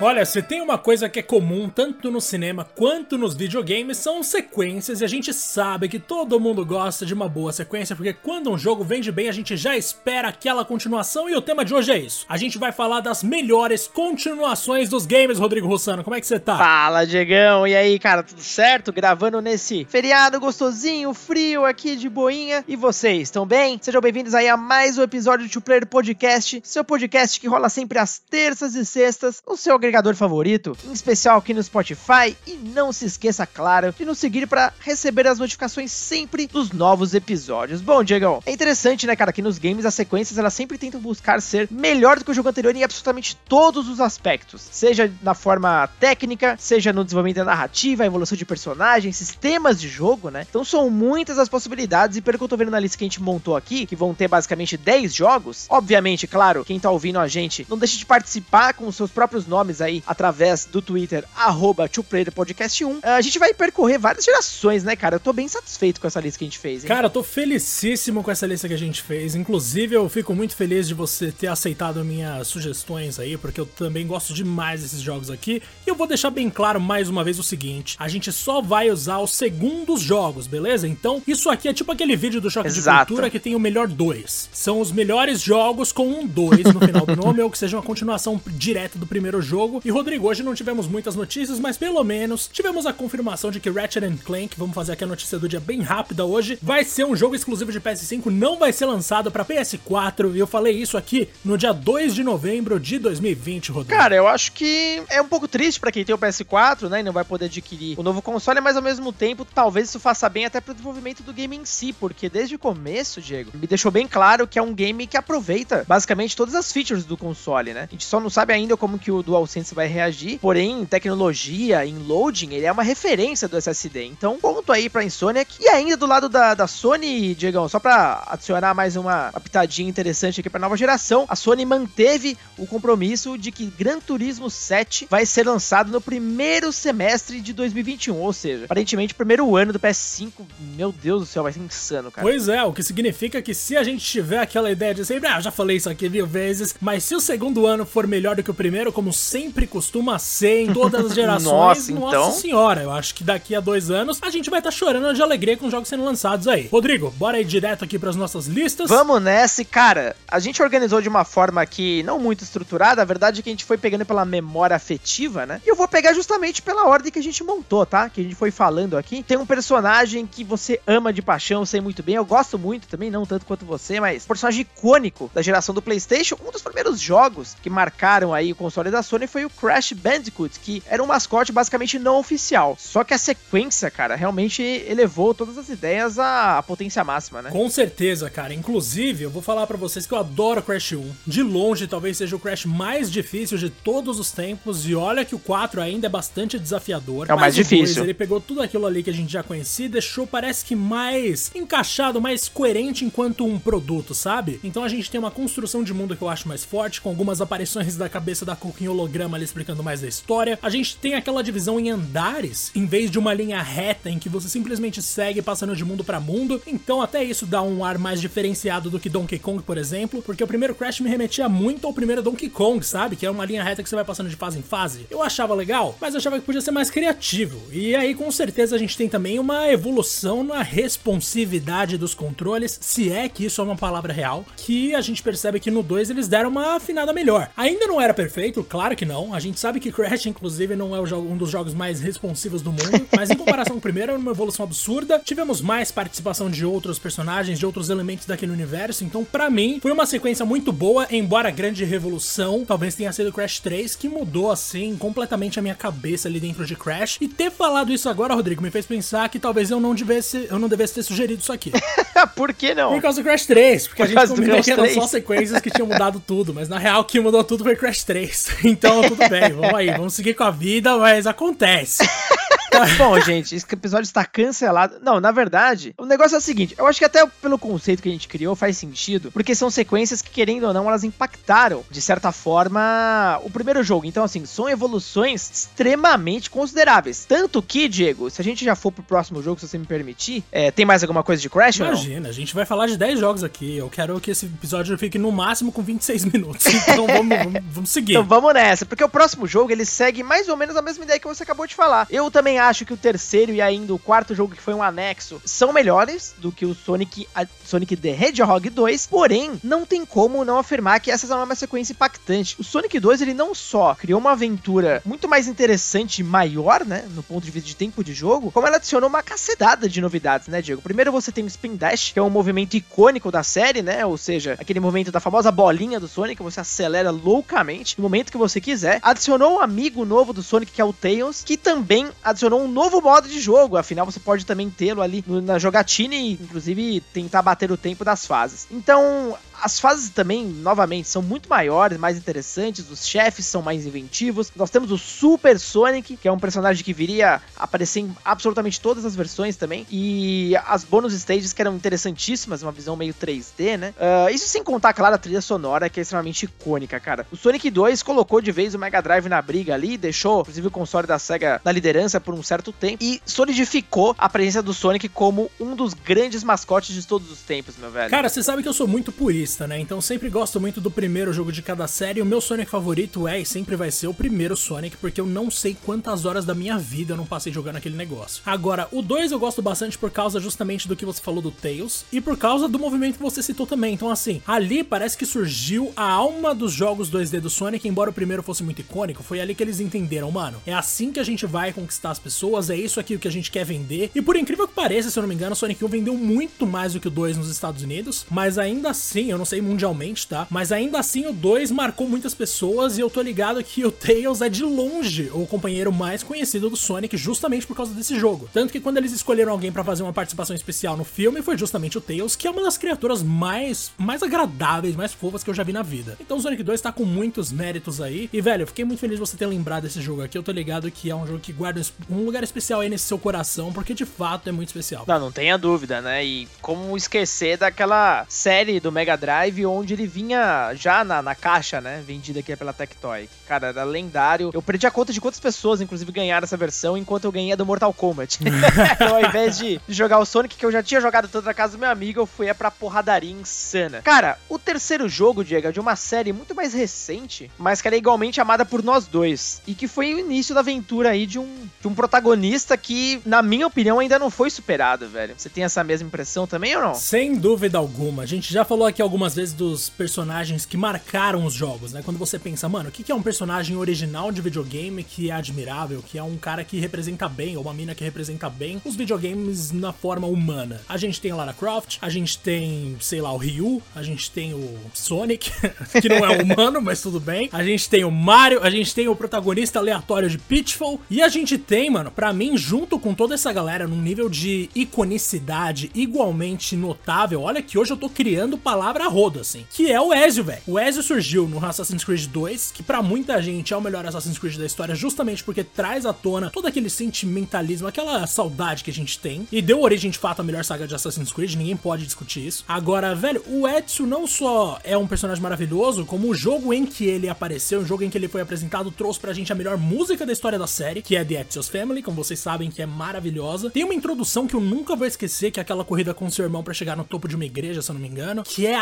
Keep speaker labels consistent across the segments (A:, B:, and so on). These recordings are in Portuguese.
A: Olha, se tem uma coisa que é comum tanto no cinema quanto nos videogames são sequências e a gente sabe que todo mundo gosta de uma boa sequência porque quando um jogo vende bem a gente já espera aquela continuação e o tema de hoje é isso. A gente vai falar das melhores continuações dos games, Rodrigo Rossano. Como é que você tá?
B: Fala, Diegão. E aí, cara, tudo certo? Gravando nesse feriado gostosinho, frio aqui de boinha. E vocês, estão bem? Sejam bem-vindos aí a mais um episódio do Two Player Podcast, seu podcast que rola sempre às terças e sextas no seu agregador favorito, em especial aqui no Spotify. E não se esqueça, claro, de nos seguir para receber as notificações sempre dos novos episódios. Bom, Diegão, é interessante, né, cara, que nos games as sequências elas sempre tentam buscar ser melhor do que o jogo anterior em absolutamente todos os aspectos, seja na forma técnica, seja no desenvolvimento da narrativa, evolução de personagens, sistemas de jogo, né? Então são muitas as possibilidades e pelo que eu tô vendo na lista que a gente montou aqui, que vão ter basicamente 10 jogos, obviamente, claro, quem tá ouvindo a gente, não deixe de participar com os seus próprios nomes aí através do Twitter, arroba 2playerpodcast1. A gente vai percorrer várias gerações, né, cara? Eu tô bem satisfeito com essa lista que a gente fez, hein?
A: Cara, eu tô felicíssimo com essa lista que a gente fez. Inclusive, eu fico muito feliz de você ter aceitado minhas sugestões aí, porque eu também gosto demais desses jogos aqui. E eu vou deixar bem claro mais uma vez o seguinte: a gente só vai usar os segundos jogos, beleza? Então, isso aqui é tipo aquele vídeo do Choque
B: Exato.
A: de Cultura que tem o melhor 2. São os melhores jogos com um 2 no final do nome, ou que seja uma continuação direta do primeiro jogo. E Rodrigo, hoje não tivemos muitas notícias, mas pelo menos tivemos a confirmação de que Ratchet and Clank, vamos fazer aqui a notícia do dia bem rápida hoje, vai ser um jogo exclusivo de PS5, não vai ser lançado pra PS4. E eu falei isso aqui no dia 2 de novembro de 2020, Rodrigo.
B: Cara, eu acho que é um pouco triste pra quem tem o PS4, né, e não vai poder adquirir o novo console, mas ao mesmo tempo, talvez isso faça bem até pro desenvolvimento do game em si, porque desde o começo, Diego, me deixou bem claro que é um game que aproveita basicamente todas as features do console, né? A gente só não sabe ainda como que o DualSense vai reagir, porém, em tecnologia, em loading, ele é uma referência do SSD. Então, ponto aí pra Insomniac. E ainda do lado da, da Sony, Diegão, só pra adicionar mais uma, uma pitadinha interessante aqui pra nova geração, a Sony manteve o compromisso de que Gran Turismo 7 vai ser lançado no primeiro semestre de 2021, ou seja, aparentemente primeiro ano do PS5. Meu Deus do céu, vai ser insano, cara.
A: Pois é, o que significa que se a gente tiver aquela ideia de sempre, ah, já falei isso aqui mil vezes, mas se o segundo ano for melhor do que o primeiro, como sempre costuma ser em todas as gerações,
B: Nossa, então.
A: senhora, eu acho que daqui a dois anos a gente vai estar chorando de alegria com os jogos sendo lançados aí. Rodrigo, bora ir direto aqui pras nossas listas.
B: Vamos nessa, e, cara. A gente organizou de uma forma que não muito estruturada. A verdade é que a gente foi pegando pela memória afetiva, né? E eu vou pegar justamente pela ordem que a gente montou, tá? Que a gente foi falando aqui. Tem um personagem que você ama de paixão, sei muito bem. Eu gosto muito também, não tanto quanto você, mas um personagem icônico da geração do PlayStation. Um dos primeiros jogos que marcaram aí o console da Sony foi o Crash Bandicoot, que era um mascote basicamente não oficial. Só que a sequência, cara, realmente elevou todas as ideias à à potência máxima, né?
A: Com certeza, cara. Inclusive, eu vou falar pra vocês que eu adoro Crash 1. De longe, talvez seja o Crash mais difícil de todos os tempos. E olha que o 4 ainda é bastante desafiador.
B: É o mais
A: Mas dois,
B: difícil.
A: ele pegou tudo aquilo ali que a gente já conhecia e deixou, parece que mais encaixado, mais coerente enquanto um produto, sabe? Então a gente tem uma construção de mundo que eu acho mais forte, com algumas aparições da cabeça da Coco em holograma ali explicando mais da história. A gente tem aquela divisão em andares, em vez de uma linha reta em que você simplesmente segue passando de mundo pra mundo. Então até isso dá um ar mais diferenciado do que Donkey Kong, por exemplo, porque o primeiro Crash me remetia muito ao primeiro Donkey Kong, sabe? Que é uma linha reta que você vai passando de fase em fase. Eu achava legal, mas eu achava que podia ser mais criativo. E aí com certeza a gente tem também uma evolução na responsividade dos controles, se é que isso é uma palavra real, que a gente percebe que no 2 eles deram uma afinada melhor. Ainda não era perfeito, claro que não. A gente sabe que Crash, inclusive, não é o jogo- um dos jogos mais responsivos do mundo, mas em comparação com o primeiro, é uma evolução absurda. Tivemos mais participação de outros personagens, de outros elementos daquele universo, então pra mim foi uma sequência muito boa, embora a grande revolução talvez tenha sido Crash 3, que mudou assim completamente a minha cabeça ali dentro de Crash. E ter falado isso agora, Rodrigo, me fez pensar que talvez eu não devesse, eu não devesse ter sugerido isso aqui.
B: Por que não?
A: Por causa do Crash 3, porque a
B: Por
A: gente
B: causa do
A: combinou
B: Crash
A: que eram
B: 3.
A: só sequências que tinham mudado tudo, mas na real o que mudou tudo foi Crash 3. Então tudo bem, vamos aí, vamos seguir com a vida, mas acontece.
B: Bom, gente, esse episódio está cancelado. Não, na verdade, o negócio é o seguinte: eu acho que até pelo conceito que a gente criou faz sentido, porque são sequências que, querendo ou não, elas impactaram, de certa forma, o primeiro jogo. Então, assim, são evoluções extremamente consideráveis. Tanto que, Diego, se a gente já for pro próximo jogo, se você me permitir, é, tem mais alguma coisa de Crash ou não?
A: Imagina, a gente vai falar de 10 jogos aqui. Eu quero que esse episódio fique no máximo com 26 minutos. Então vamos, vamos, vamos seguir.
B: Então vamos nessa. Porque o próximo jogo ele segue mais ou menos a mesma ideia que você acabou de falar. Eu também acho que o terceiro e ainda o quarto jogo, que foi um anexo, são melhores do que o Sonic, a- Sonic the Hedgehog 2. Porém, não tem como não afirmar que essa é uma sequência impactante. O Sonic 2 ele não só criou uma aventura muito mais interessante e maior, né? No ponto de vista de tempo de jogo, como ela adicionou uma cacetada de novidades, né, Diego? Primeiro você tem o Spin Dash, que é um movimento icônico da série, né? Ou seja, aquele movimento da famosa bolinha do Sonic, que você acelera loucamente no momento que você quiser. Adicionou um amigo novo do Sonic, que é o Tails, que também adicionou um novo modo de jogo. Afinal, você pode também tê-lo ali no- na jogatina e, inclusive, tentar bater o tempo das fases. Então, as fases também, novamente, são muito maiores, mais interessantes, os chefes são mais inventivos. Nós temos o Super Sonic, que é um personagem que viria a aparecer em absolutamente todas as versões também. E as bônus stages que eram interessantíssimas, uma visão meio 3D, né? Ah, isso sem contar, claro, a trilha sonora, que é extremamente icônica, cara. O Sonic 2 colocou de vez o Mega Drive na briga ali, deixou, inclusive, o console da SEGA na liderança por um certo tempo e solidificou a presença do Sonic como um dos grandes mascotes de todos os tempos, meu velho.
A: Cara, você sabe que eu sou muito purista, né? Então sempre gosto muito do primeiro jogo de cada série. O meu Sonic favorito é e sempre vai ser o primeiro Sonic, porque eu não sei quantas horas da minha vida eu não passei jogando aquele negócio. Agora, o 2 eu gosto bastante por causa justamente do que você falou do Tails e por causa do movimento que você citou também. Então, assim, ali parece que surgiu a alma dos jogos 2D do Sonic, embora o primeiro fosse muito icônico, foi ali que eles entenderam, mano. É assim que a gente vai conquistar as pessoas, é isso aqui o que a gente quer vender. E por incrível que pareça, se eu não me engano, Sonic 1 vendeu muito mais do que o 2 nos Estados Unidos, mas ainda assim, eu não sei mundialmente, tá? Mas ainda assim o 2 marcou muitas pessoas e eu tô ligado que o Tails é de longe o companheiro mais conhecido do Sonic justamente por causa desse jogo. Tanto que quando eles escolheram alguém pra fazer uma participação especial no filme foi justamente o Tails, que é uma das criaturas mais mais agradáveis, mais fofas que eu já vi na vida. Então o Sonic 2 tá com muitos méritos aí. E velho, eu fiquei muito feliz de você ter lembrado desse jogo aqui. Eu tô ligado que é um jogo que guarda um lugar especial aí nesse seu coração, porque de fato é muito especial.
B: Não, não tenha dúvida, né? E como esquecer daquela série do Mega Drive onde ele vinha já na, na caixa, né? Vendida aqui pela Tectoy. Cara, era lendário. Eu perdi a conta de quantas pessoas, inclusive, ganharam essa versão, enquanto eu ganhei a do Mortal Kombat. então, ao invés de jogar o Sonic, que eu já tinha jogado tanto na casa do meu amigo, eu fui é pra porradaria insana. Cara, o terceiro jogo, Diego, é de uma série muito mais recente, mas que era igualmente amada por nós dois. E que foi o início da aventura aí de um, de um protagonista que, na minha opinião, ainda não foi superado, velho. Você tem essa mesma impressão também ou não?
A: Sem dúvida alguma. A gente já falou aqui algumas vezes dos personagens que marcaram os jogos, né? Quando você pensa, mano, o que que é um personagem original de videogame que é admirável, que é um cara que representa bem, ou uma mina que representa bem os videogames na forma humana? A gente tem a Lara Croft, a gente tem, sei lá, o Ryu, a gente tem o Sonic, que não é humano, mas tudo bem. A gente tem o Mario, a gente tem o protagonista aleatório de Pitfall, e a gente tem, mano, pra mim, junto com toda essa galera, num nível de iconicidade igualmente notável, olha que hoje eu tô criando palavra a rodo, assim, que é o Ezio, velho. O Ezio surgiu no Assassin's Creed 2, que pra muita gente é o melhor Assassin's Creed da história, justamente porque traz à tona todo aquele sentimentalismo, aquela saudade que a gente tem, e deu origem, de fato, à melhor saga de Assassin's Creed, ninguém pode discutir isso. Agora, velho, o Ezio não só é um personagem maravilhoso, como o jogo em que ele apareceu, o jogo em que ele foi apresentado, trouxe pra gente a melhor música da história da série, que é The Ezio's Family, como vocês sabem, que é maravilhosa. Tem uma introdução que eu nunca vou esquecer, que é aquela corrida com seu irmão pra chegar no topo de uma igreja, se eu não me engano, que é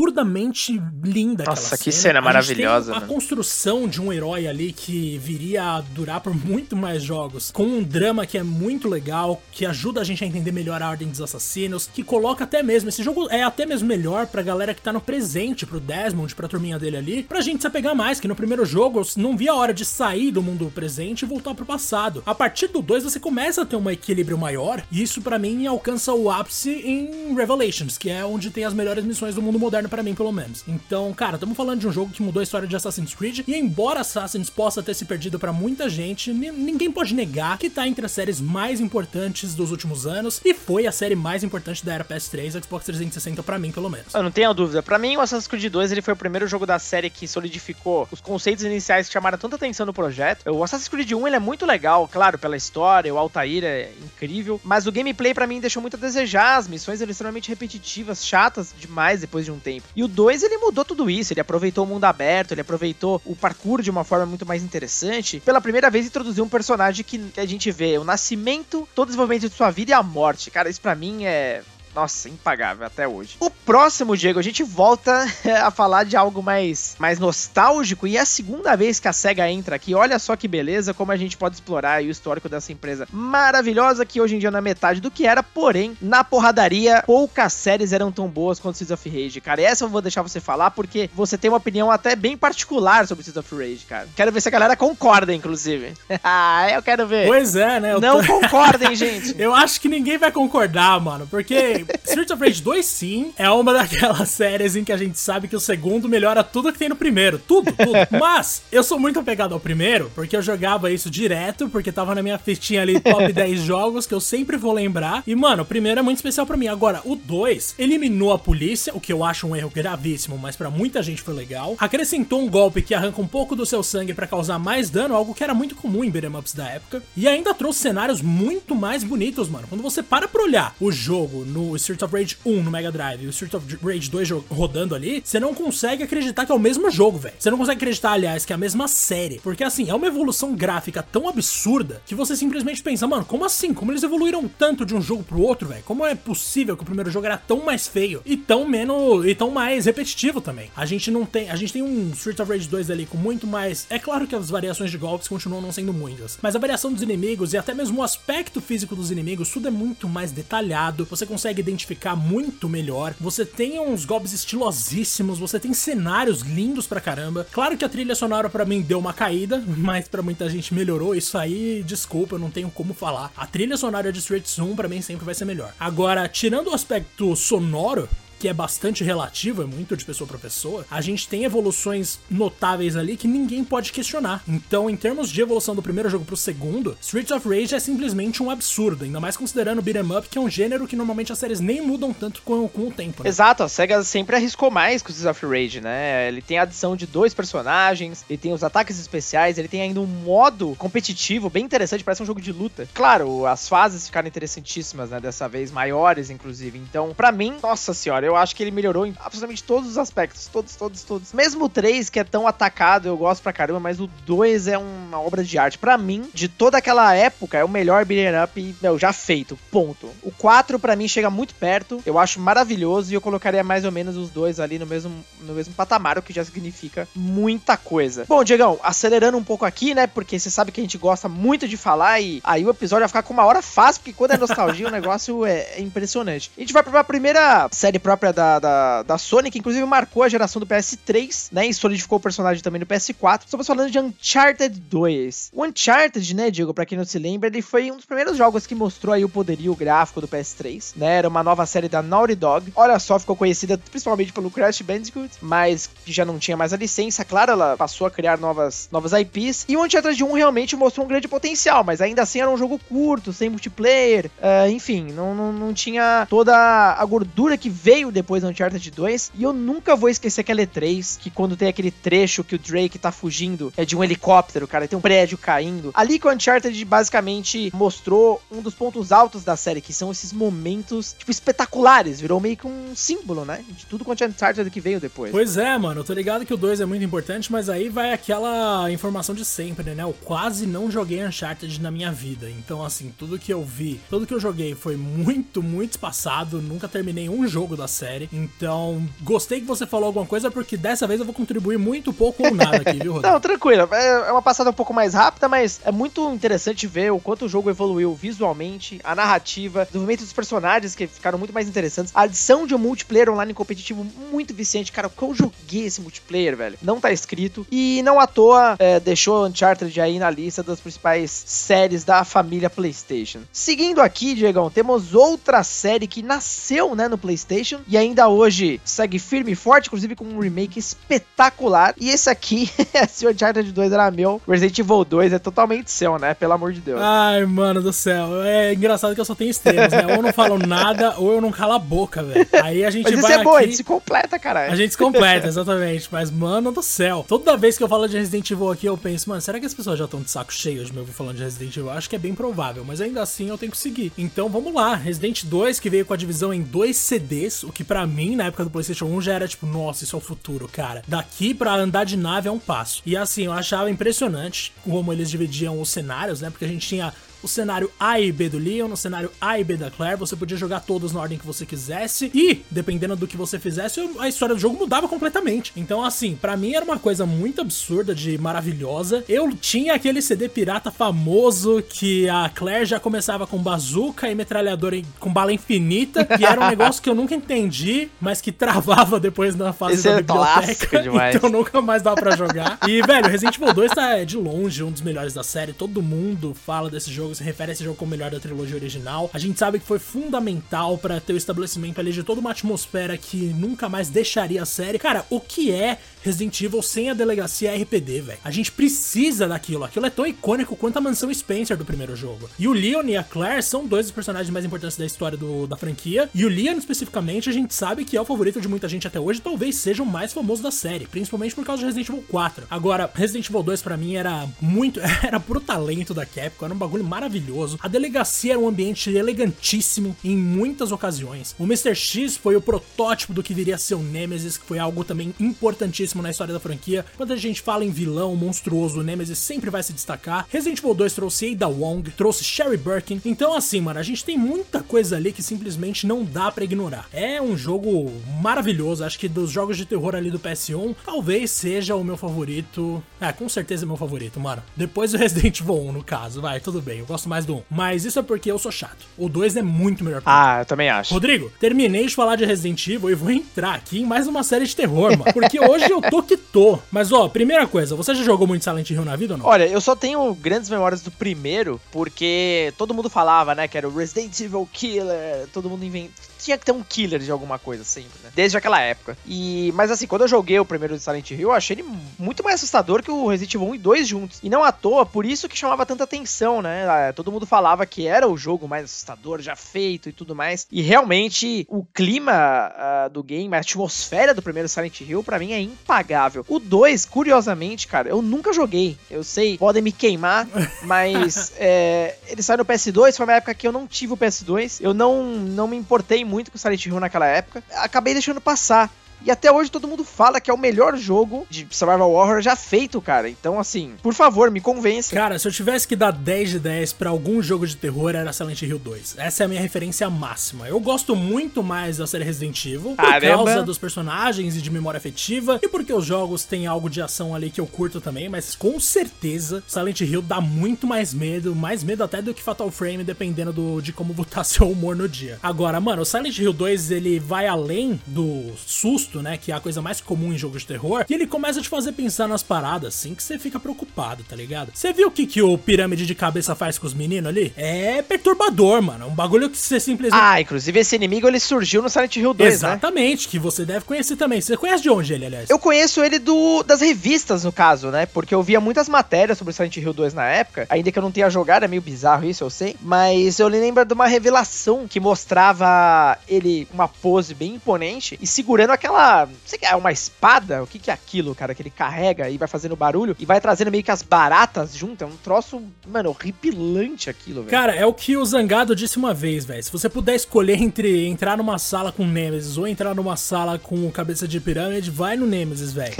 A: absurdamente linda aquela
B: Nossa, que cena
A: A gente tem
B: maravilhosa,
A: A
B: mano.
A: construção de um herói ali que viria a durar por muito mais jogos, com um drama que é muito legal, que ajuda a gente a entender melhor a Ordem dos Assassinos, que coloca até mesmo, esse jogo é até mesmo melhor pra galera que tá no presente, pro Desmond, pra turminha dele ali, pra gente se apegar mais, que no primeiro jogo eu não vi a hora de sair do mundo presente e voltar pro passado. A partir do 2 você começa a ter um equilíbrio maior, e isso pra mim alcança o ápice em Revelations, que é onde tem as melhores missões do mundo moderno pra mim, pelo menos. Então, cara, estamos falando de um jogo que mudou a história de Assassin's Creed, e embora Assassin's possa ter se perdido pra muita gente, ni- ninguém pode negar que tá entre as séries mais importantes dos últimos anos, e foi a série mais importante da era PS3, Xbox 360 pra mim, pelo menos.
B: Eu não tenho dúvida. Pra mim, o Assassin's Creed 2 ele foi o primeiro jogo da série que solidificou os conceitos iniciais que chamaram tanta atenção no projeto. O Assassin's Creed 1 ele é muito legal, claro, pela história, o Altair é incrível, mas o gameplay pra mim deixou muito a desejar. As missões eram extremamente repetitivas, chatas demais depois de um tempo. E o 2 ele mudou tudo isso, ele aproveitou o mundo aberto, ele aproveitou o parkour de uma forma muito mais interessante. Pela primeira vez introduziu um personagem que que a gente vê o nascimento, todo o desenvolvimento de sua vida e a morte. Cara, isso pra mim é Nossa, impagável até hoje. O próximo, Diego, a gente volta a falar de algo mais, mais nostálgico e é a segunda vez que a SEGA entra aqui. Olha só que beleza como a gente pode explorar aí o histórico dessa empresa maravilhosa que hoje em dia não é metade do que era, porém, na porradaria, poucas séries eram tão boas quanto Seas of Rage, cara. E essa eu vou deixar você falar porque você tem uma opinião até bem particular sobre Seas of Rage, cara. Quero ver se a galera concorda, inclusive. ah, eu quero ver.
A: Pois é, né? Eu
B: Não concordem, gente.
A: Eu acho que ninguém vai concordar, mano, porque Streets of Rage 2 sim é uma daquelas séries em que a gente sabe que o segundo melhora tudo que tem no primeiro, tudo, tudo. Mas eu sou muito apegado ao primeiro, porque eu jogava isso direto, porque tava na minha fichinha ali top 10 jogos que eu sempre vou lembrar. E mano, o primeiro é muito especial pra mim. Agora, o 2 eliminou a polícia, o que eu acho um erro gravíssimo, mas pra muita gente foi legal. Acrescentou um golpe que arranca um pouco do seu sangue pra causar mais dano, algo que era muito comum em beat'em ups da época. E ainda trouxe cenários muito mais bonitos, mano. Quando você para pra olhar o jogo no Street of Rage 1 no Mega Drive e o Street of Rage 2 jo- rodando ali, você não consegue acreditar que é o mesmo jogo, velho. Você não consegue acreditar, aliás, que é a mesma série. Porque assim, é uma evolução gráfica tão absurda que você simplesmente pensa, mano, como assim? Como eles evoluíram tanto de um jogo pro outro, velho? Como é possível que o primeiro jogo era tão mais feio e tão menos e tão mais repetitivo também? A gente não tem, a gente tem um Street of Rage 2 ali com muito mais, é claro que as variações de golpes continuam não sendo muitas, mas a variação dos inimigos e até mesmo o aspecto físico dos inimigos, tudo é muito mais detalhado, você consegue identificar muito melhor, você tem uns golpes estilosíssimos, você tem cenários lindos pra caramba. Claro que a trilha sonora pra mim deu uma caída, mas pra muita gente melhorou, isso aí, desculpa, eu não tenho como falar. A trilha sonora de Streets 1 pra mim sempre vai ser melhor. Agora, tirando o aspecto sonoro, que é bastante relativo, é muito de pessoa para pessoa, a gente tem evoluções notáveis ali que ninguém pode questionar. Então, em termos de evolução do primeiro jogo pro segundo, Streets of Rage é simplesmente um absurdo, ainda mais considerando o beat'em up, que é um gênero que normalmente as séries nem mudam tanto com, com o tempo, né?
B: Exato, a SEGA sempre arriscou mais com o Seas of Rage, né? Ele tem a adição de dois personagens, ele tem os ataques especiais, ele tem ainda um modo competitivo bem interessante, parece um jogo de luta. Claro, as fases ficaram interessantíssimas, né? Dessa vez, maiores, inclusive. Então, pra mim, nossa senhora, eu acho que ele melhorou em absolutamente todos os aspectos. Todos, todos, todos. Mesmo o 3, que é tão atacado, eu gosto pra caramba, mas o 2 é uma obra de arte. Pra mim, de toda aquela época, é o melhor beat'em up, meu, já feito. Ponto. O 4, pra mim, chega muito perto. Eu acho maravilhoso e eu colocaria mais ou menos os dois ali no mesmo, no mesmo patamar, o que já significa muita coisa. Bom, Diegão, acelerando um pouco aqui, né? Porque você sabe que a gente gosta muito de falar e aí o episódio vai ficar com uma hora fácil, porque quando é nostalgia o negócio é é impressionante. A gente vai pra primeira série própria da, da, da Sony, que inclusive marcou a geração do PS3, né? E solidificou o personagem também no PS4. Estamos falando de Uncharted 2. O Uncharted, né, Diego, pra quem não se lembra, ele foi um dos primeiros jogos que mostrou aí o poderio gráfico do PS3, né? Era uma nova série da Naughty Dog. Olha só, ficou conhecida principalmente pelo Crash Bandicoot, mas que já não tinha mais a licença. Claro, ela passou a criar novas, novas IPs. E o Uncharted 1 realmente mostrou um grande potencial, mas ainda assim era um jogo curto, sem multiplayer. ah, enfim, não, não, não tinha toda a gordura que veio depois do Uncharted 2. E eu nunca vou esquecer aquela E3, que quando tem aquele trecho que o Drake tá fugindo é de um helicóptero, cara, e tem um prédio caindo. Ali que o Uncharted basicamente mostrou um dos pontos altos da série, que são esses momentos, tipo, espetaculares. Virou meio que um símbolo, né? De tudo quanto é Uncharted que veio depois.
A: Pois é, mano, eu tô ligado que o 2 é muito importante, mas aí vai aquela informação de sempre, né? Eu quase não joguei Uncharted na minha vida. Então, assim, tudo que eu vi, tudo que eu joguei foi muito, muito espaçado. Nunca terminei um jogo da série. Então, gostei que você falou alguma coisa, porque dessa vez eu vou contribuir muito pouco ou nada aqui, viu, Rodrigo?
B: Não, tranquilo. É é uma passada um pouco mais rápida, mas é muito interessante ver o quanto o jogo evoluiu visualmente, a narrativa, o desenvolvimento dos personagens que ficaram muito mais interessantes, a adição de um multiplayer online competitivo muito viciante. Cara, que eu joguei esse multiplayer, velho. Não tá escrito. E não à toa é, deixou Uncharted aí na lista das principais séries da família PlayStation. Seguindo aqui, Diegão, temos outra série que nasceu, né, no PlayStation e ainda hoje segue firme e forte, inclusive com um remake espetacular. E esse aqui, se o Uncharted 2 era meu, Resident Evil 2 é totalmente seu, né? Pelo amor de Deus.
A: Ai, mano do céu. É engraçado que eu só tenho extremos, né? Ou eu não falo nada, ou eu não calo a boca, velho. Aí a gente
B: Mas isso
A: vai
B: é bom,
A: aqui...
B: ele se completa, caralho.
A: A gente se completa, exatamente. Mas, mano do céu. Toda vez que eu falo de Resident Evil aqui, eu penso, mano, será que as pessoas já estão de saco cheio de me ouvir falando de Resident Evil? Acho que é bem provável, mas ainda assim eu tenho que seguir. Então vamos lá. Resident 2, que veio com a divisão em dois CDs, o que pra mim, na época do PlayStation 1, já era tipo, nossa, isso é o futuro, cara. Daqui pra andar de nave é um passo. E assim, eu achava impressionante como eles dividiam os cenários, né? Porque a gente tinha o cenário A e B do Leon, no cenário A e B da Claire, você podia jogar todos na ordem que você quisesse e, dependendo do que você fizesse, a história do jogo mudava completamente. Então, assim, para mim era uma coisa muito absurda de maravilhosa. Eu tinha aquele CD pirata famoso que a Claire já começava com bazuca e metralhadora com bala infinita, que era um negócio que eu nunca entendi, mas que travava depois na fase
B: Esse
A: da
B: é clássico
A: biblioteca.
B: demais.
A: Então nunca mais dava pra jogar. E, velho, Resident Evil 2 tá é, de longe um dos melhores da série. Todo mundo fala desse jogo, se refere a esse jogo como o melhor da trilogia original. A gente sabe que foi fundamental pra ter o estabelecimento ali de toda uma atmosfera que nunca mais deixaria a série. Cara, o que é Resident Evil sem a delegacia RPD, velho? A gente precisa daquilo. Aquilo é tão icônico quanto a mansão Spencer do primeiro jogo. E o Leon e a Claire são dois dos personagens mais importantes da história do- da franquia. E o Leon, especificamente, a gente sabe que é o favorito de muita gente até hoje, talvez seja o mais famoso da série, principalmente por causa de Resident Evil 4. Agora, Resident Evil 2 pra mim era muito, era puro talento da Capcom, era um bagulho maravilhoso. A delegacia era um ambiente elegantíssimo em muitas ocasiões. O Mr. X foi o protótipo do que viria a ser o Nemesis, que foi algo também importantíssimo na história da franquia. Quando a gente fala em vilão monstruoso, o Nemesis sempre vai se destacar. Resident Evil 2 trouxe Ada Wong, trouxe Sherry Birkin. Então, assim, mano, a gente tem muita coisa ali que simplesmente não dá pra ignorar. É um jogo maravilhoso, acho que dos jogos de terror ali do PS1, talvez seja o meu favorito. É, com certeza é meu favorito, mano. Depois do Resident Evil 1, no caso, vai, tudo bem, eu gosto mais do 1. Mas isso é porque eu sou chato. O 2 é muito melhor pra
B: Ah, eu também acho.
A: Rodrigo, terminei de falar de Resident Evil e vou entrar aqui em mais uma série de terror, mano. Porque hoje eu tô que tô. Mas, ó, primeira coisa, você já jogou muito Silent Hill na vida ou não?
B: Olha, eu só tenho grandes memórias do primeiro, porque todo mundo falava, né, que era o Resident Evil Killer, todo mundo invent... Tinha que ter um killer de alguma coisa sempre, né? Desde aquela época. E mas assim, quando eu joguei o primeiro de Silent Hill, eu achei ele muito mais assustador que o Resident Evil 1 e 2 juntos. E não à toa, por isso que chamava tanta atenção, né? Ah, Todo mundo falava que era o jogo mais assustador já feito e tudo mais. E realmente o clima ah, do game, a atmosfera do primeiro Silent Hill pra mim é impagável. O 2, curiosamente, cara, eu nunca joguei. Eu sei, podem me queimar, mas é, ele saiu no PS2, foi uma época que eu não tive o PS2. Eu não, não me importei muito com o Silent Hill naquela época. Acabei deixando passar. E até hoje todo mundo fala que é o melhor jogo de Survival Horror já feito, cara. Então, assim, por favor, me convença.
A: Cara, se eu tivesse que dar 10 de 10 pra algum jogo de terror, era Silent Hill 2. Essa é a minha referência máxima. Eu gosto muito mais da série Resident Evil por
B: Caramba.
A: causa dos personagens e de memória afetiva, e porque os jogos têm algo de ação ali que eu curto também, mas com certeza Silent Hill dá muito mais medo, mais medo até do que Fatal Frame, dependendo do- de como botar seu humor no dia. Agora, mano, o Silent Hill 2, ele vai além do susto, né, que é a coisa mais comum em jogos de terror, e ele começa a te fazer pensar nas paradas, assim, que você fica preocupado, tá ligado? Você viu o que, que o pirâmide de cabeça faz com os meninos ali? É perturbador, mano, é um bagulho que você simplesmente...
B: Ah, inclusive esse inimigo ele surgiu no Silent Hill 2, né?
A: Exatamente, que você deve conhecer também. Você conhece de onde ele, aliás?
B: Eu conheço ele do das revistas, no caso, né? Porque eu via muitas matérias sobre Silent Hill 2 na época, ainda que eu não tenha jogado, é meio bizarro isso, eu sei. Mas eu lembro de uma revelação que mostrava ele uma pose bem imponente e segurando aquela. Não sei o que é, uma espada? O que, que é aquilo, cara? Que ele carrega e vai fazendo barulho e vai trazendo meio que as baratas junto. É um troço, mano, horripilante aquilo, velho.
A: Cara, é o que o Zangado disse uma vez, velho. Se você puder escolher entre entrar numa sala com o Nemesis ou entrar numa sala com o Cabeça de Pirâmide, vai no Nemesis, velho.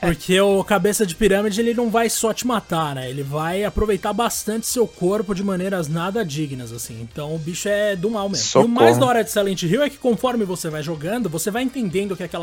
A: Porque o Cabeça de Pirâmide, ele não vai só te matar, né? Ele vai aproveitar bastante seu corpo de maneiras nada dignas, assim. Então o bicho é do mal mesmo. E o mais
B: Socorro.
A: da hora de Silent Hill é que conforme você vai jogando, você vai entendendo que é aquelas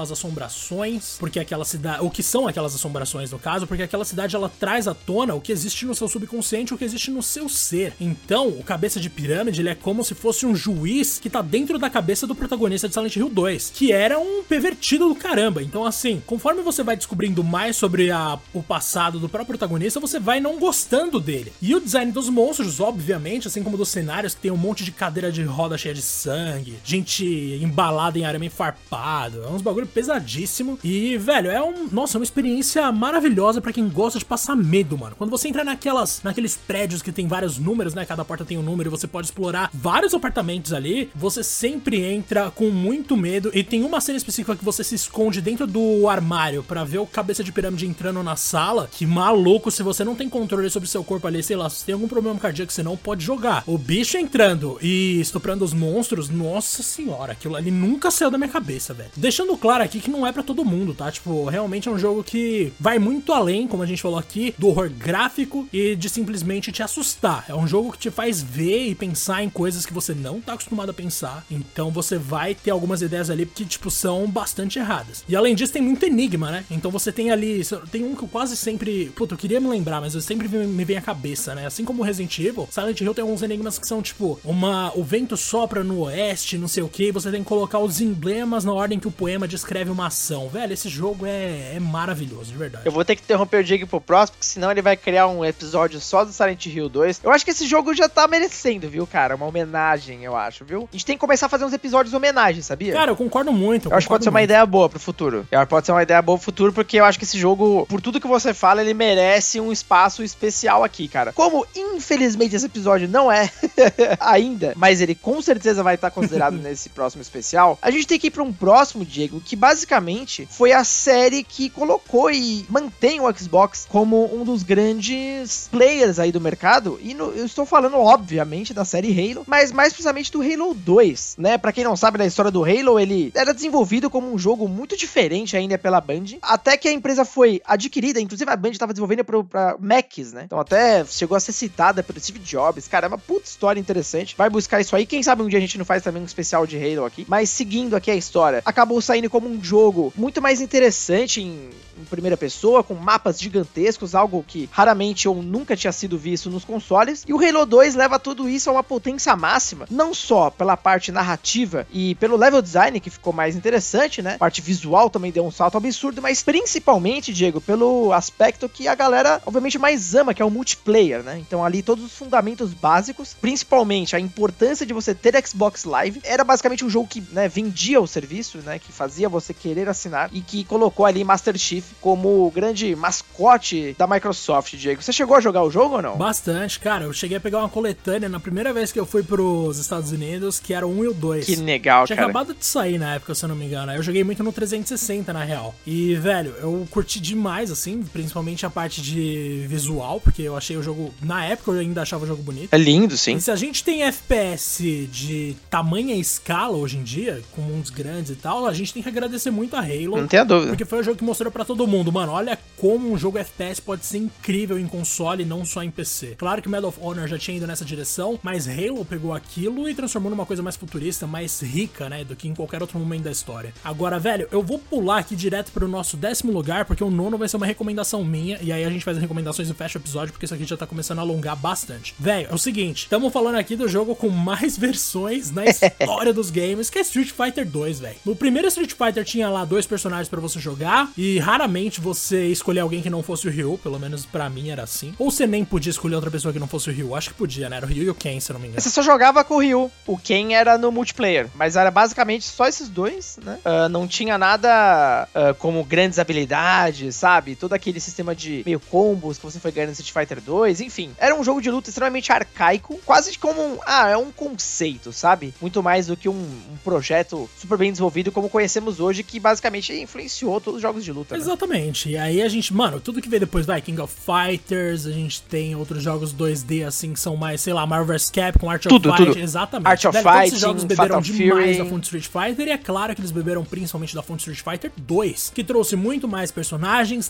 A: assombrações, porque aquela cidade, o que são aquelas assombrações no caso, porque aquela cidade ela traz à tona o que existe no seu subconsciente, o que existe no seu ser. Então, o cabeça de pirâmide, ele é como se fosse um juiz que tá dentro da cabeça do protagonista de Silent Hill 2, que era um pervertido do caramba. Então, assim, conforme você vai descobrindo mais sobre a- o passado do próprio protagonista, você vai não gostando dele. E o design dos monstros, obviamente, assim como dos cenários que tem um monte de cadeira de roda cheia de sangue, gente embalada em arame farpado, é uns bagulho pesadíssimo. E, velho, é um, nossa, é uma experiência maravilhosa pra quem gosta de passar medo, mano. Quando você entra naquelas, naqueles prédios que tem vários números, né? Cada porta tem um número, você pode explorar vários apartamentos ali. Você sempre entra com muito medo e tem uma cena específica que você se esconde dentro do armário pra ver o cabeça de pirâmide entrando na sala. Que maluco, se você não tem controle sobre seu corpo ali, sei lá, se tem algum problema cardíaco, você não pode jogar. O bicho entrando e estuprando os monstros, nossa senhora, aquilo ali nunca saiu da minha cabeça, velho. Deixando claro claro aqui que não é pra todo mundo, tá? Tipo, realmente é um jogo que vai muito além, como a gente falou aqui, do horror gráfico e de simplesmente te assustar. É um jogo que te faz ver e pensar em coisas que você não tá acostumado a pensar. Então você vai ter algumas ideias ali que, tipo, são bastante erradas. E além disso, tem muito enigma, né? Então você tem ali. Tem um que eu quase sempre. Puta, eu queria me lembrar, mas eu sempre me vem à cabeça, né? Assim como Resident Evil, Silent Hill tem alguns enigmas que são, tipo, uma. O vento sopra no oeste, não sei o que, você tem que colocar os emblemas na ordem que o poema descreve uma ação. Velho, esse jogo é, é maravilhoso, de verdade.
B: Eu vou ter que interromper o Diego pro próximo, porque senão ele vai criar um episódio só do Silent Hill 2. Eu acho que esse jogo já tá merecendo, viu, cara? Uma homenagem, eu acho, viu? A gente tem que começar a fazer uns episódios homenagem, sabia?
A: Cara, eu concordo muito.
B: eu acho que pode
A: concordo
B: ser uma
A: muito.
B: ideia boa pro futuro. Eu acho que pode ser uma ideia boa pro futuro, porque eu acho que esse jogo, por tudo que você fala, ele merece um espaço especial aqui, cara. Como, infelizmente, esse episódio não é ainda, mas ele com certeza vai estar considerado nesse próximo especial, a gente tem que ir pra um próximo, Diego, que basicamente foi a série que colocou e mantém o Xbox como um dos grandes players aí do mercado. E no- eu estou falando, obviamente, da série Halo, mas mais precisamente do Halo 2, né? Pra quem não sabe da história do Halo, ele era desenvolvido como um jogo muito diferente ainda pela Band, até que a empresa foi adquirida, inclusive a Band estava desenvolvendo pro- pra Macs, né? Então até chegou a ser citada pelo Steve Jobs. Cara, é uma puta história interessante. Vai buscar isso aí. Quem sabe um dia a gente não faz também um especial de Halo aqui. Mas seguindo aqui a história, acabou saindo como um jogo muito mais interessante em, em primeira pessoa, com mapas gigantescos, algo que raramente ou nunca tinha sido visto nos consoles. E o Halo 2 leva tudo isso a uma potência máxima, não só pela parte narrativa e pelo level design que ficou mais interessante, né? A parte visual também deu um salto absurdo, mas principalmente, Diego, pelo aspecto que a galera obviamente mais ama, que é o multiplayer, né? Então ali todos os fundamentos básicos, principalmente a importância de você ter Xbox Live, era basicamente um jogo que, né, vendia o serviço, né, que fazia você querer assinar e que colocou ali Master Chief como o grande mascote da Microsoft, Diego. Você chegou a jogar o jogo ou não?
A: Bastante, cara. Eu cheguei a pegar uma coletânea na primeira vez que eu fui pros Estados Unidos, que era o 1 e o 2.
B: Que legal,
A: Tinha
B: cara.
A: acabado de sair na época, se eu não me engano. Eu joguei muito no 360, na real. E, velho, eu curti demais, assim, principalmente a parte de visual, porque eu achei o jogo. Na época eu ainda achava o jogo bonito.
B: É lindo, sim.
A: E se a gente tem FPS de tamanha escala hoje em dia, com mundos grandes e tal, a gente tem que agradecer muito a Halo.
B: Não tenha dúvida.
A: Porque foi o jogo que mostrou pra todo mundo, mano, olha como um jogo FPS pode ser incrível em console e não só em PC. Claro que Medal of Honor já tinha ido nessa direção, mas Halo pegou aquilo e transformou numa coisa mais futurista, mais rica, né, do que em qualquer outro momento da história. Agora, velho, eu vou pular aqui direto pro nosso décimo lugar, porque o nono vai ser uma recomendação minha, e aí a gente faz as recomendações e fecha o episódio, porque isso aqui já tá começando a alongar bastante. Velho, é o seguinte, estamos falando aqui do jogo com mais versões na história dos games, que é Street Fighter 2, velho. No primeiro Street Fighter tinha lá dois personagens pra você jogar, e raramente você escolher alguém que não fosse o Ryu, pelo menos pra mim era assim. Ou você nem podia escolher outra pessoa que não fosse o Ryu, acho que podia, né? Era o Ryu e o Ken, se eu não me engano.
B: Você só jogava com o Ryu. O Ken era no multiplayer. Mas era basicamente só esses dois, né? Ah, não tinha nada ah, como grandes habilidades, sabe? Todo aquele sistema de meio combos que você foi ganhando em Street Fighter 2. Enfim, era um jogo de luta extremamente arcaico. Quase como um. Ah, é um conceito, sabe? Muito mais do que um, um projeto super bem desenvolvido como conhecemos hoje, que basicamente influenciou todos os jogos de luta. né?
A: Exatamente. E aí a gente, mano, tudo que veio depois vai King of Fighters, a gente tem outros jogos 2D assim que são mais, sei lá, Marvel vs Capcom, Art of
B: Tudo,
A: Fight,
B: tudo.
A: exatamente.
B: Art of
A: Velho, todos
B: Fighting,
A: esses jogos beberam
B: Fatal
A: demais
B: Fury.
A: da fonte Street Fighter e é claro que eles beberam principalmente da fonte Street Fighter 2, que trouxe muito mais personagens,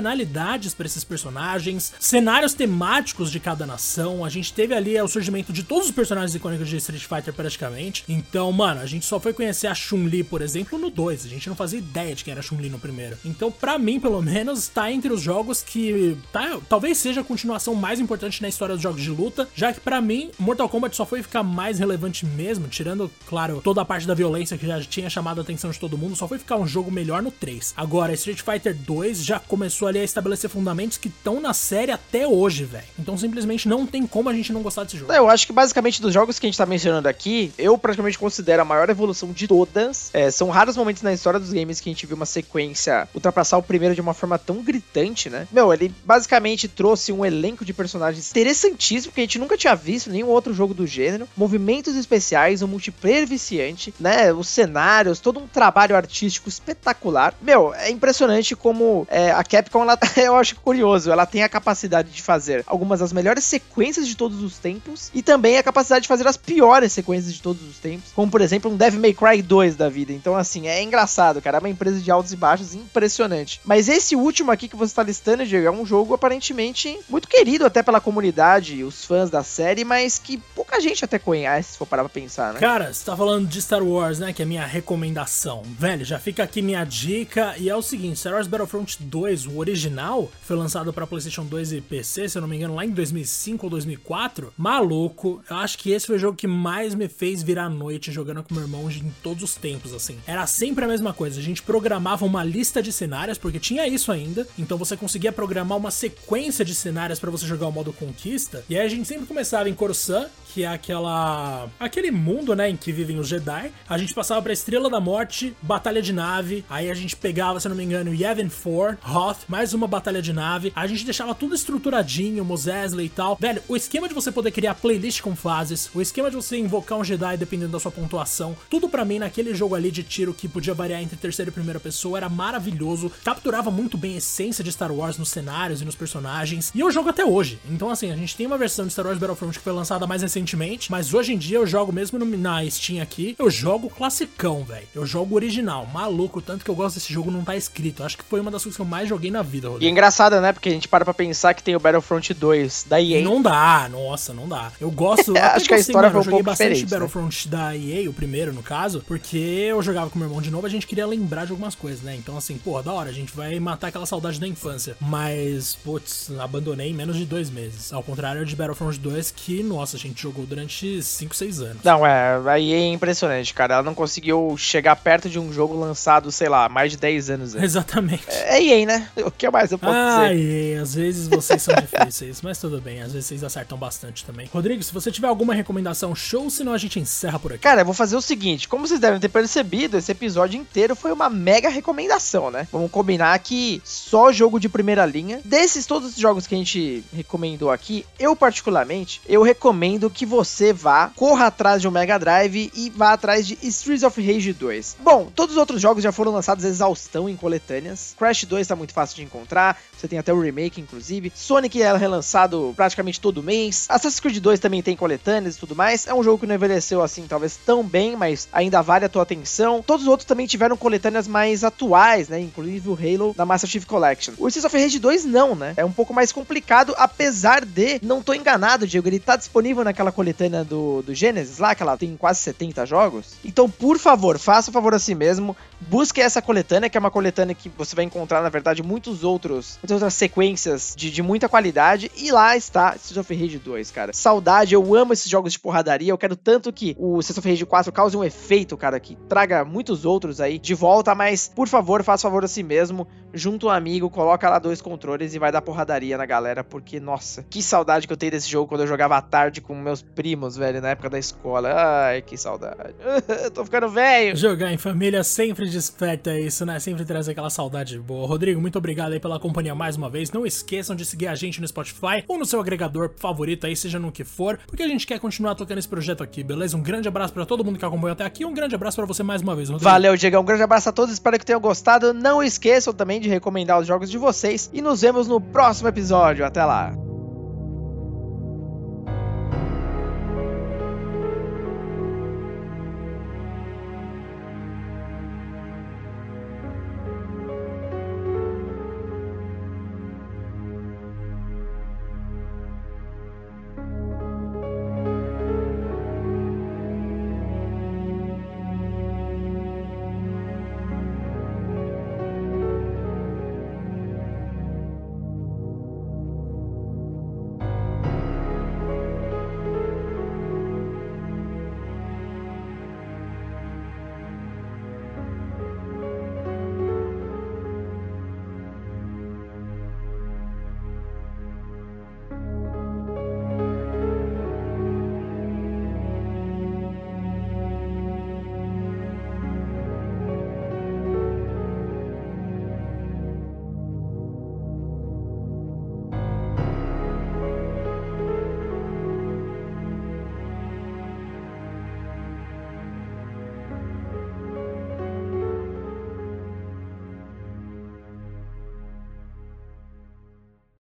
A: nacionalidades pra esses personagens, cenários temáticos de cada nação. A gente teve ali é, o surgimento de todos os personagens icônicos de Street Fighter praticamente. Então, mano, a gente só foi conhecer a Chun-Li, por exemplo, no 2. A gente não fazia ideia de quem era a Chun-Li no primeiro. Então, pra mim, pelo menos, tá entre os jogos que tá, talvez seja a continuação mais importante na história dos jogos de luta, já que pra mim Mortal Kombat só foi ficar mais relevante mesmo, tirando, claro, toda a parte da violência que já tinha chamado a atenção de todo mundo, só foi ficar um jogo melhor no 3. Agora, Street Fighter 2 já começou ali a estabelecer fundamentos que estão na série até hoje, velho. Então, simplesmente não tem como a gente não gostar desse jogo.
B: Eu acho que basicamente dos jogos que a gente tá mencionando aqui, eu praticamente considero a maior evolução de todas. É, são raros momentos na história dos games que a gente viu uma sequência ultrapassar o primeiro de uma forma tão gritante, né? Meu, ele basicamente trouxe um elenco de personagens interessantíssimo que a gente nunca tinha visto em nenhum outro jogo do gênero. Movimentos especiais, um multiplayer viciante, né? Os cenários, todo um trabalho artístico espetacular. Meu, é impressionante como é, a Capcom, ela, eu acho curioso, ela tem a capacidade de fazer algumas das melhores sequências de todos os tempos e também a capacidade de fazer as piores sequências de todos os tempos, como por exemplo um Devil May Cry 2 da vida. Então, assim, é É engraçado, cara. É uma empresa de altos e baixos impressionante. Mas esse último aqui que você tá listando, Diego, é um jogo aparentemente muito querido até pela comunidade, os fãs da série, mas que pouca gente até conhece, se for parar pra pensar, né?
A: Cara, você tá falando de Star Wars, né? Que é a minha recomendação. Velho, já fica aqui minha dica. E é o seguinte: Star Wars Battlefront 2, o original, foi lançado pra PlayStation 2 e PC, se eu não me engano, lá em 2005 ou 2004. Maluco, eu acho que esse foi o jogo que mais me fez virar a noite jogando com meu irmão em todos os tempos, assim. Era sempre a mesma coisa. A gente programava uma lista de cenários, porque tinha isso ainda. Então você conseguia programar uma sequência de cenários para você jogar o modo conquista. E aí a gente sempre começava em Coruscant, que é aquela aquele mundo, né, em que vivem os Jedi. A gente passava para Estrela da Morte, batalha de nave. Aí a gente pegava, se eu não me engano, Yavin 4, Hoth, mais uma batalha de nave. A gente deixava tudo estruturadinho, Mos Eisley e tal. Velho, o esquema de você poder criar playlist com fases, o esquema de você invocar um Jedi dependendo da sua pontuação, tudo para mim naquele jogo ali de tiro que podia variar entre terceira e primeira pessoa era maravilhoso. Capturava muito bem a essência de Star Wars nos cenários e nos personagens. E eu jogo até hoje. Então assim, a gente tem uma versão de Star Wars Battlefront que foi lançada mais recentemente, mas hoje em dia eu jogo mesmo no, na Steam aqui, eu jogo classicão, velho. Eu jogo original, maluco, tanto que eu gosto desse jogo não tá escrito. Acho que foi uma das coisas que eu mais joguei na vida,
B: E é
A: Rodrigo.
B: engraçado, né? Porque a gente para pra pensar que tem o Battlefront 2 da EA.
A: Não dá, nossa, não dá. Eu gosto.
B: É,
A: até
B: acho que a
A: gostei, mano,
B: história
A: eu
B: foi um
A: joguei
B: pouco
A: bastante
B: diferente, né?
A: Battlefront da EA, o primeiro, no caso, porque eu jogava com meu irmão de novo, a gente queria lembrar de algumas coisas, né? Então, assim, porra, da hora, a gente vai matar aquela saudade da infância. Mas, putz, abandonei em menos de dois meses. Ao contrário de Battlefront 2, que, nossa, a gente jogou durante 5, 6 anos.
B: Não, é, a EA é impressionante, cara. Ela não conseguiu chegar perto de um jogo lançado, sei lá, mais de 10 anos antes.
A: Exatamente.
B: É EA, né? O que mais eu
A: Ah,
B: posso
A: Ai,
B: dizer?
A: às vezes vocês são difíceis, mas tudo bem, às vezes vocês acertam bastante também. Rodrigo, se você tiver alguma recomendação, show, senão a gente encerra por aqui.
B: Cara, eu vou fazer o seguinte, como vocês devem ter percebido, esse episódio inteiro foi uma mega recomendação, né? Vamos combinar que só jogo de primeira linha. Desses todos os jogos que a gente recomendou aqui, eu particularmente, eu recomendo que você vá, corra atrás de um Mega Drive e vá atrás de Streets of Rage 2. Bom, todos os outros jogos já foram lançados exaustão em coletâneas. Crash 2 tá muito fácil de encontrar, você tem até o remake, inclusive. Sonic é relançado praticamente todo mês. Assassin's Creed 2 também tem coletâneas e tudo mais. É um jogo que não envelheceu assim, talvez tão bem, mas ainda vale a tua atenção. Todos os outros também tiveram coletâneas mais atuais, né? Inclusive o Halo da Master Chief Collection. O Streets of Rage 2 não, né? É um pouco mais complicado, apesar de, não tô enganado, Diego, ele tá disponível naquela coletânea do, do Genesis lá, que ela tem quase 70 jogos. Então, por favor, faça o favor a si mesmo, busque essa coletânea, que é uma coletânea que você vai encontrar, na verdade, muitos outros, muitas outras sequências de, de muita qualidade. E lá está Streets of Rage 2, cara. Saudade, eu amo esses jogos de porradaria. Eu quero tanto que o Streets of Rage 4 cause um efeito, cara, que traga muitos outros aí de volta. Mas, por favor, faça favor a si mesmo. Junta um amigo, coloca lá dois controles e vai dar porradaria na galera, porque, nossa, que saudade que eu tenho desse jogo quando eu jogava à tarde com meus primos, velho, na época da escola. Ai, que saudade. eu tô ficando velho.
A: Jogar em família sempre desperta isso, né? Sempre traz aquela saudade boa. Rodrigo, muito obrigado aí pela companhia mais uma vez. Não esqueçam de seguir a gente no Spotify ou no seu agregador favorito aí, seja no que for, porque a gente quer continuar tocando esse projeto aqui, beleza? Um grande abraço pra todo mundo que acompanhou até aqui. Um grande abraço pra você mais uma vez, Rodrigo.
B: Valeu, Diego. Um grande abraço a todos. Espero que tenham gostado. Não esqueçam também de recomendar os jogos de vocês. E nos vemos no próximo episódio. Até lá.